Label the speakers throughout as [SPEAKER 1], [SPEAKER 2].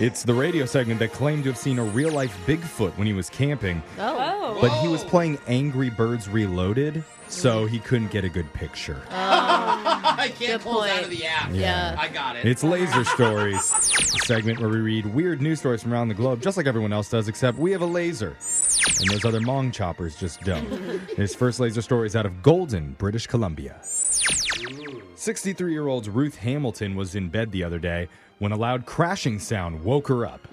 [SPEAKER 1] It's the radio segment that claimed to have seen a real life Bigfoot when he was camping,
[SPEAKER 2] Oh.
[SPEAKER 3] Oh.
[SPEAKER 1] but he was playing Angry Birds Reloaded, so he couldn't get a good picture.
[SPEAKER 4] I can't
[SPEAKER 2] Good
[SPEAKER 4] pull it out of
[SPEAKER 2] point.
[SPEAKER 4] the app.
[SPEAKER 2] Yeah.
[SPEAKER 4] I got it.
[SPEAKER 1] It's Laser Stories, the segment where we read weird news stories from around the globe, just like everyone else does, except we have a laser. And those other mong choppers just don't. His first laser story is out of Golden, British Columbia. 63 year old Ruth Hamilton was in bed the other day when a loud crashing sound woke her up.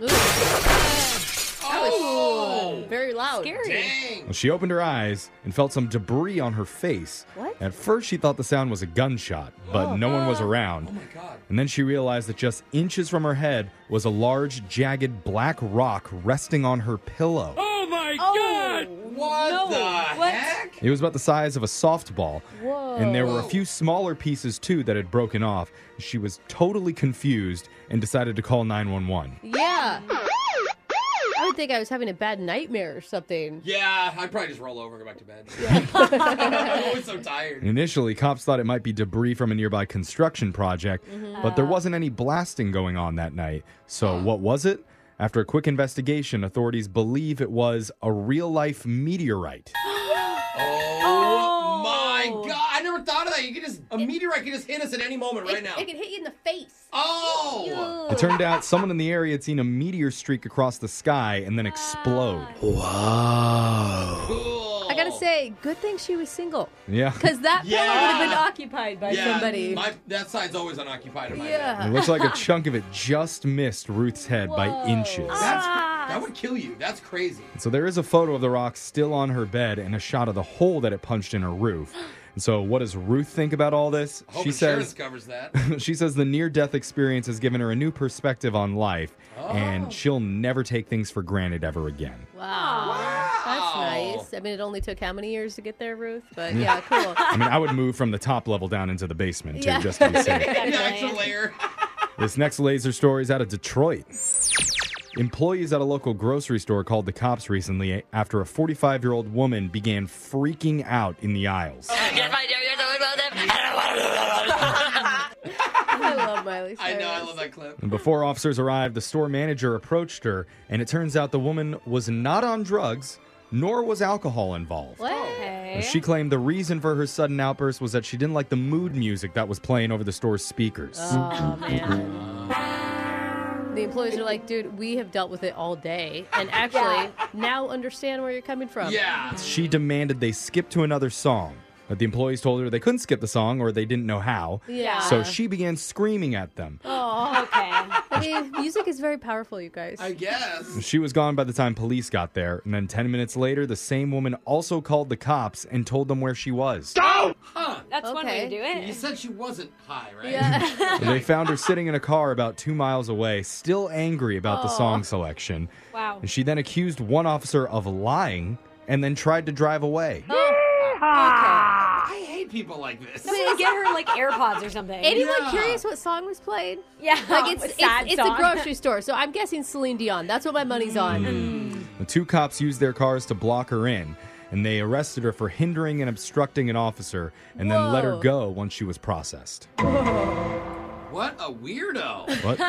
[SPEAKER 4] oh,
[SPEAKER 2] Very loud.
[SPEAKER 3] Scary.
[SPEAKER 4] dang.
[SPEAKER 1] Well, she opened her eyes and felt some debris on her face.
[SPEAKER 2] What?
[SPEAKER 1] At first, she thought the sound was a gunshot, but no one was around.
[SPEAKER 4] Oh my god.
[SPEAKER 1] And then she realized that just inches from her head was a large, jagged black rock resting on her pillow.
[SPEAKER 2] Oh,
[SPEAKER 4] What
[SPEAKER 3] No,
[SPEAKER 4] the
[SPEAKER 3] what?
[SPEAKER 4] heck?
[SPEAKER 1] It was about the size of a softball.
[SPEAKER 2] Whoa.
[SPEAKER 1] And there were a
[SPEAKER 4] Whoa.
[SPEAKER 1] few smaller pieces too that had broken off. She was totally confused and decided to call 911.
[SPEAKER 2] yeah. I would think I was having a bad nightmare or something.
[SPEAKER 4] Yeah, I'd probably just roll over and go back to bed. I was so tired.
[SPEAKER 1] Initially, cops thought it might be debris from a nearby construction project, but there wasn't any blasting going on that night. So, what was it? After a quick investigation, authorities believe it was a real life meteorite.
[SPEAKER 4] Oh,
[SPEAKER 3] Oh.
[SPEAKER 4] my god. I never thought of that. You can just a meteorite can just hit us at any moment right
[SPEAKER 2] it,
[SPEAKER 4] now.
[SPEAKER 2] It could hit you in the face.
[SPEAKER 4] oh.
[SPEAKER 1] It turned out someone in the area had seen a meteor streak across the sky and then explode.
[SPEAKER 4] Cool.
[SPEAKER 2] I gotta say, good thing she was single.
[SPEAKER 1] Yeah.
[SPEAKER 2] Because that pillow
[SPEAKER 4] Yeah.
[SPEAKER 2] would have been occupied by
[SPEAKER 4] yeah,
[SPEAKER 2] somebody.
[SPEAKER 4] My, that side's always unoccupied in my bed.
[SPEAKER 1] It
[SPEAKER 2] yeah.
[SPEAKER 1] looks like a chunk of it just missed Ruth's head by
[SPEAKER 2] Whoa.
[SPEAKER 1] inches.
[SPEAKER 4] That's,
[SPEAKER 3] Ah.
[SPEAKER 4] That would kill you. That's crazy.
[SPEAKER 1] So there is a photo of the rock still on her bed and a shot of the hole that it punched in her roof. And so what does Ruth think about all this?
[SPEAKER 4] I hope
[SPEAKER 1] she
[SPEAKER 4] insurance
[SPEAKER 1] says
[SPEAKER 4] covers that.
[SPEAKER 1] she says the near death experience has given her a new perspective on life and she'll never take things for granted ever again.
[SPEAKER 2] Wow. That's
[SPEAKER 4] Wow.
[SPEAKER 2] nice. I mean, it only took how many years to get there, Ruth? But yeah, cool.
[SPEAKER 1] I mean, I would move from the top level down into the basement too,
[SPEAKER 2] Yeah.
[SPEAKER 1] just to be safe.
[SPEAKER 4] Yeah, extra layer.
[SPEAKER 1] This next laser story is out of Detroit. Employees at a local grocery store called the cops recently after a 45 year old woman began freaking out in the aisles.
[SPEAKER 2] I love Miley Cyrus.
[SPEAKER 4] I know. I love that clip.
[SPEAKER 1] And before officers arrived, the store manager approached her, and it turns out the woman was not on drugs, nor was alcohol involved.
[SPEAKER 2] What?
[SPEAKER 3] Okay.
[SPEAKER 1] She claimed the reason for her sudden outburst was that she didn't like the mood music that was playing over the store's speakers.
[SPEAKER 2] Oh, man. The employees are like, dude, we have dealt with it all day. And actually, now understand where you're coming from.
[SPEAKER 4] Yeah.
[SPEAKER 1] She demanded they skip to another song, but the employees told her they couldn't skip the song or they didn't know how.
[SPEAKER 2] Yeah.
[SPEAKER 1] So she began screaming at them.
[SPEAKER 3] Oh, okay.
[SPEAKER 2] I mean, music is very powerful, you guys.
[SPEAKER 4] I guess.
[SPEAKER 1] She was gone by the time police got there, and then 10 minutes later, the same woman also called the cops and told them where she was.
[SPEAKER 4] Huh.
[SPEAKER 3] That's one way to
[SPEAKER 2] Okay.
[SPEAKER 3] do
[SPEAKER 4] You
[SPEAKER 3] it.
[SPEAKER 4] said she wasn't high, right?
[SPEAKER 2] Yeah.
[SPEAKER 1] They found her sitting in a car about two miles away, still angry about the song selection.
[SPEAKER 3] Wow.
[SPEAKER 1] And she then accused one officer of lying and then tried to drive away.
[SPEAKER 4] I hate people like this.
[SPEAKER 3] Somebody get her like AirPods or something.
[SPEAKER 2] Anyone
[SPEAKER 4] Yeah.
[SPEAKER 2] curious what song was played?
[SPEAKER 3] yeah.
[SPEAKER 2] Like it's
[SPEAKER 3] with
[SPEAKER 2] it's,
[SPEAKER 3] sad
[SPEAKER 2] it's a
[SPEAKER 3] song.
[SPEAKER 2] grocery store, so I'm guessing Celine Dion. That's what my money's on.
[SPEAKER 4] Mm.
[SPEAKER 1] The two cops used their cars to block her in, and they arrested her for hindering and obstructing an officer and then let her
[SPEAKER 2] Whoa.
[SPEAKER 1] go once she was processed.
[SPEAKER 4] What a weirdo.
[SPEAKER 1] But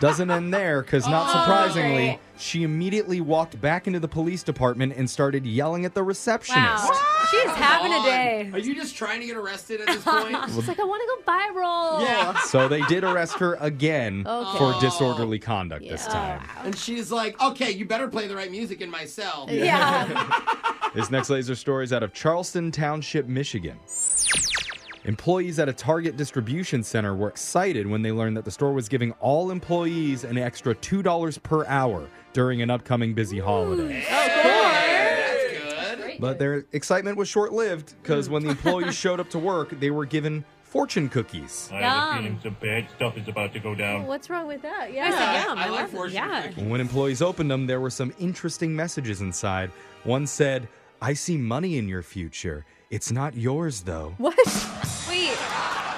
[SPEAKER 1] doesn't end there because, not surprisingly, she immediately walked back into the police department and started yelling at the receptionist.
[SPEAKER 3] Wow. She is having a
[SPEAKER 4] God.
[SPEAKER 3] day.
[SPEAKER 4] Are you just trying to get arrested at this point?
[SPEAKER 2] It's like I want to go viral.
[SPEAKER 4] yeah.
[SPEAKER 1] So they did arrest her again
[SPEAKER 2] Okay.
[SPEAKER 1] for disorderly conduct this
[SPEAKER 2] Yeah.
[SPEAKER 1] time.
[SPEAKER 4] And she's like, okay, you better play the right music in my cell.
[SPEAKER 3] Yeah.
[SPEAKER 1] This next laser story is out of Charleston Township, Michigan. Employees at a Target distribution center were excited when they learned that the store was giving all employees an extra $2 per hour during an upcoming busy holiday.
[SPEAKER 4] Hey, That's good.
[SPEAKER 1] But their excitement was short lived because when the employees showed up to work, they were given fortune cookies.
[SPEAKER 5] I have a
[SPEAKER 3] Yum.
[SPEAKER 5] feeling some bad stuff is about to go down.
[SPEAKER 2] What's wrong with that?
[SPEAKER 3] That's
[SPEAKER 2] Yeah.
[SPEAKER 3] a
[SPEAKER 4] Yeah,
[SPEAKER 3] yum.
[SPEAKER 4] I
[SPEAKER 3] I
[SPEAKER 4] like
[SPEAKER 3] love it.
[SPEAKER 4] fortune
[SPEAKER 3] Yeah.
[SPEAKER 4] cookies.
[SPEAKER 1] And When employees opened them, there were some interesting messages inside. One said, I see money in your future. It's not yours, though.
[SPEAKER 2] What?
[SPEAKER 3] Wait.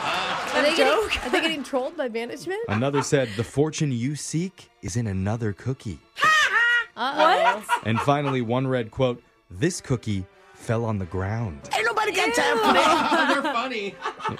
[SPEAKER 4] Uh,
[SPEAKER 2] Are they, getting, are they getting trolled by management?
[SPEAKER 1] Another said, The fortune you seek is in another cookie.
[SPEAKER 2] Uh-oh.
[SPEAKER 1] And finally, one read, quote, This cookie fell on the ground.
[SPEAKER 3] Ain't nobody got
[SPEAKER 6] can't have fun.
[SPEAKER 4] They're funny.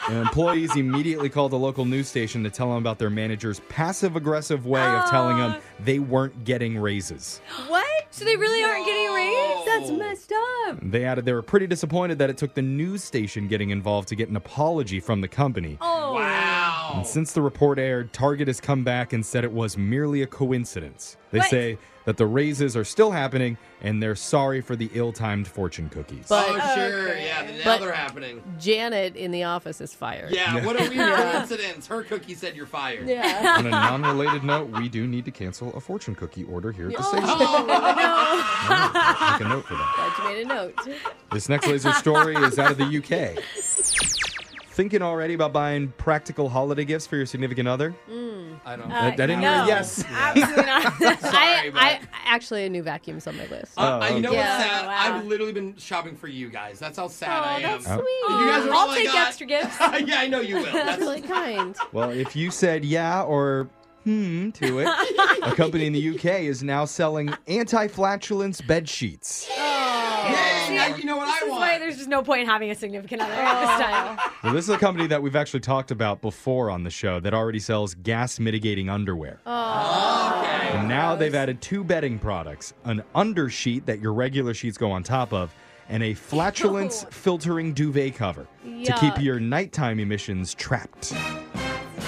[SPEAKER 1] And employees immediately called the local news station to tell them about their manager's passive aggressive way of telling them they weren't getting raises.
[SPEAKER 2] What?
[SPEAKER 3] So they really aren't getting raised?
[SPEAKER 2] That's messed up.
[SPEAKER 1] They added they were pretty disappointed that it took the news station getting involved to get an apology from the company.
[SPEAKER 3] Oh.
[SPEAKER 4] Wow.
[SPEAKER 1] Since the report aired, Target has come back and said it was merely a coincidence. They
[SPEAKER 3] What?
[SPEAKER 1] say that the raises are still happening and they're sorry for the ill timed fortune cookies.
[SPEAKER 2] But
[SPEAKER 4] oh, sure. Yeah, now
[SPEAKER 2] But-
[SPEAKER 4] they're happening.
[SPEAKER 2] Janet in the office is fired.
[SPEAKER 4] Yeah, what a weird coincidence. Her cookie said you're fired.
[SPEAKER 2] Yeah.
[SPEAKER 1] On a non related note, we do need to cancel a fortune cookie order here at the station.
[SPEAKER 2] Oh.
[SPEAKER 3] Oh.
[SPEAKER 1] Make a note for that.
[SPEAKER 2] Glad you made a note.
[SPEAKER 1] This next laser story is out of the UK. Thinking already about buying practical holiday gifts for your significant other?
[SPEAKER 4] I don't
[SPEAKER 1] that, that didn't
[SPEAKER 3] no.
[SPEAKER 1] really- yes.
[SPEAKER 3] Absolutely not.
[SPEAKER 4] Sorry,
[SPEAKER 2] I,
[SPEAKER 4] but.
[SPEAKER 2] I actually a new vacuum's on my list.
[SPEAKER 4] Uh, I- you know
[SPEAKER 1] Oh, okay.
[SPEAKER 4] what's
[SPEAKER 3] Yeah,
[SPEAKER 4] sad?
[SPEAKER 3] wow.
[SPEAKER 4] I've literally been shopping for you guys. That's how sad
[SPEAKER 2] oh,
[SPEAKER 4] I am.
[SPEAKER 2] that's
[SPEAKER 1] Oh.
[SPEAKER 2] sweet.
[SPEAKER 4] You guys are all
[SPEAKER 3] I'll
[SPEAKER 4] I
[SPEAKER 3] take
[SPEAKER 4] got.
[SPEAKER 3] extra gifts.
[SPEAKER 4] yeah, I know you will.
[SPEAKER 2] That's
[SPEAKER 4] That's
[SPEAKER 2] really kind.
[SPEAKER 1] Well, if you said yeah or hmm to it, a company in the UK is now selling anti-flatulence bed sheets.
[SPEAKER 4] Yay, now you know what I
[SPEAKER 3] This is
[SPEAKER 4] want.
[SPEAKER 3] why there's just no point in having a significant other at this time.
[SPEAKER 1] Well, this is a company that we've actually talked about before on the show that already sells gas mitigating underwear.
[SPEAKER 4] okay.
[SPEAKER 1] And now they've added two bedding products, an undersheet that your regular sheets go on top of, and a flatulence filtering duvet cover to keep
[SPEAKER 2] Yuck.
[SPEAKER 1] your nighttime emissions trapped.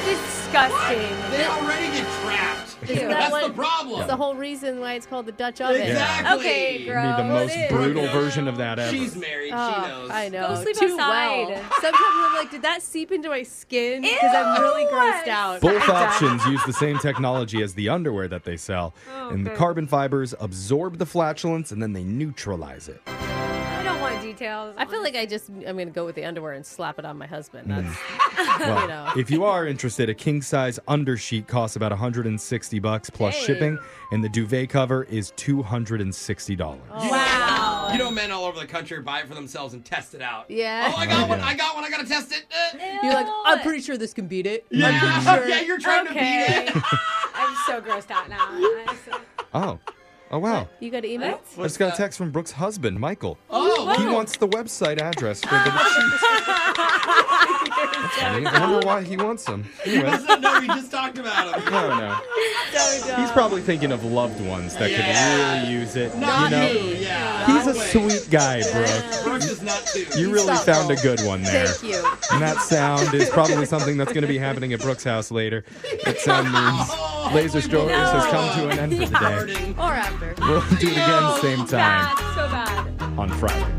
[SPEAKER 3] Disgusting.
[SPEAKER 4] They already get trapped.
[SPEAKER 2] that
[SPEAKER 4] That's
[SPEAKER 2] what-
[SPEAKER 4] the problem.
[SPEAKER 2] That's the whole reason why it's called the Dutch oven.
[SPEAKER 4] exactly.
[SPEAKER 3] Okay,
[SPEAKER 1] I mean, the
[SPEAKER 3] Gross.
[SPEAKER 1] most
[SPEAKER 3] It is.
[SPEAKER 1] brutal version of that ever.
[SPEAKER 4] She's married.
[SPEAKER 2] Oh,
[SPEAKER 4] she knows.
[SPEAKER 2] I know.
[SPEAKER 3] Go sleep
[SPEAKER 2] Too
[SPEAKER 3] outside.
[SPEAKER 2] well. Sometimes I'm like, did that seep into my skin? Because I'm really
[SPEAKER 3] Ew.
[SPEAKER 2] grossed out.
[SPEAKER 1] Both options use the same technology as the underwear that they sell, and the carbon fibers absorb the flatulence and then they neutralize it.
[SPEAKER 3] I don't want details.
[SPEAKER 2] I feel like I just I'm gonna go with the underwear and slap it on my husband.
[SPEAKER 4] Mm.
[SPEAKER 2] That's
[SPEAKER 1] Well,
[SPEAKER 2] You know.
[SPEAKER 1] if you are interested, a king size undersheet costs about 160 bucks plus
[SPEAKER 2] Hey.
[SPEAKER 1] shipping, and the duvet cover is 260 dollars.
[SPEAKER 4] Oh.
[SPEAKER 3] Wow.
[SPEAKER 4] You know, men all over the country buy it for themselves and test it out.
[SPEAKER 2] Yeah.
[SPEAKER 4] Oh, I got one.
[SPEAKER 1] Yeah.
[SPEAKER 4] I got one. I gotta test it. Uh,
[SPEAKER 2] you're like, I'm pretty sure this can beat it.
[SPEAKER 4] yeah.
[SPEAKER 2] sure.
[SPEAKER 4] yeah, you're trying to
[SPEAKER 3] okay.
[SPEAKER 4] beat it.
[SPEAKER 3] I'm so grossed out now. honestly.
[SPEAKER 1] Oh, oh wow!
[SPEAKER 2] You got to email?
[SPEAKER 1] I just got a text from Brooke's husband, Michael.
[SPEAKER 4] Uh, Oh, Ah.
[SPEAKER 1] He wants the website address for the sheets. Funny. I wonder why he wants them. Anyway,
[SPEAKER 4] he doesn't know. We just talked about him.
[SPEAKER 1] I don't know. He's probably thinking of loved ones that
[SPEAKER 4] Yeah.
[SPEAKER 1] could really use it.
[SPEAKER 4] Not
[SPEAKER 1] you know,
[SPEAKER 4] you. Yeah.
[SPEAKER 1] he's a
[SPEAKER 4] Not Wade.
[SPEAKER 1] sweet guy, Brooke.
[SPEAKER 4] Brooke does not do.
[SPEAKER 1] You really
[SPEAKER 2] thoughtful.
[SPEAKER 1] found a good one there.
[SPEAKER 2] Thank you.
[SPEAKER 1] And that sound is probably something that's going to be happening at Brooke's house later. That sound
[SPEAKER 4] Oh,
[SPEAKER 1] means Laser Stories has come to an end for the day.
[SPEAKER 4] Hurting.
[SPEAKER 2] Or after.
[SPEAKER 1] We'll do it again same time
[SPEAKER 3] Bad. So bad.
[SPEAKER 1] on Friday.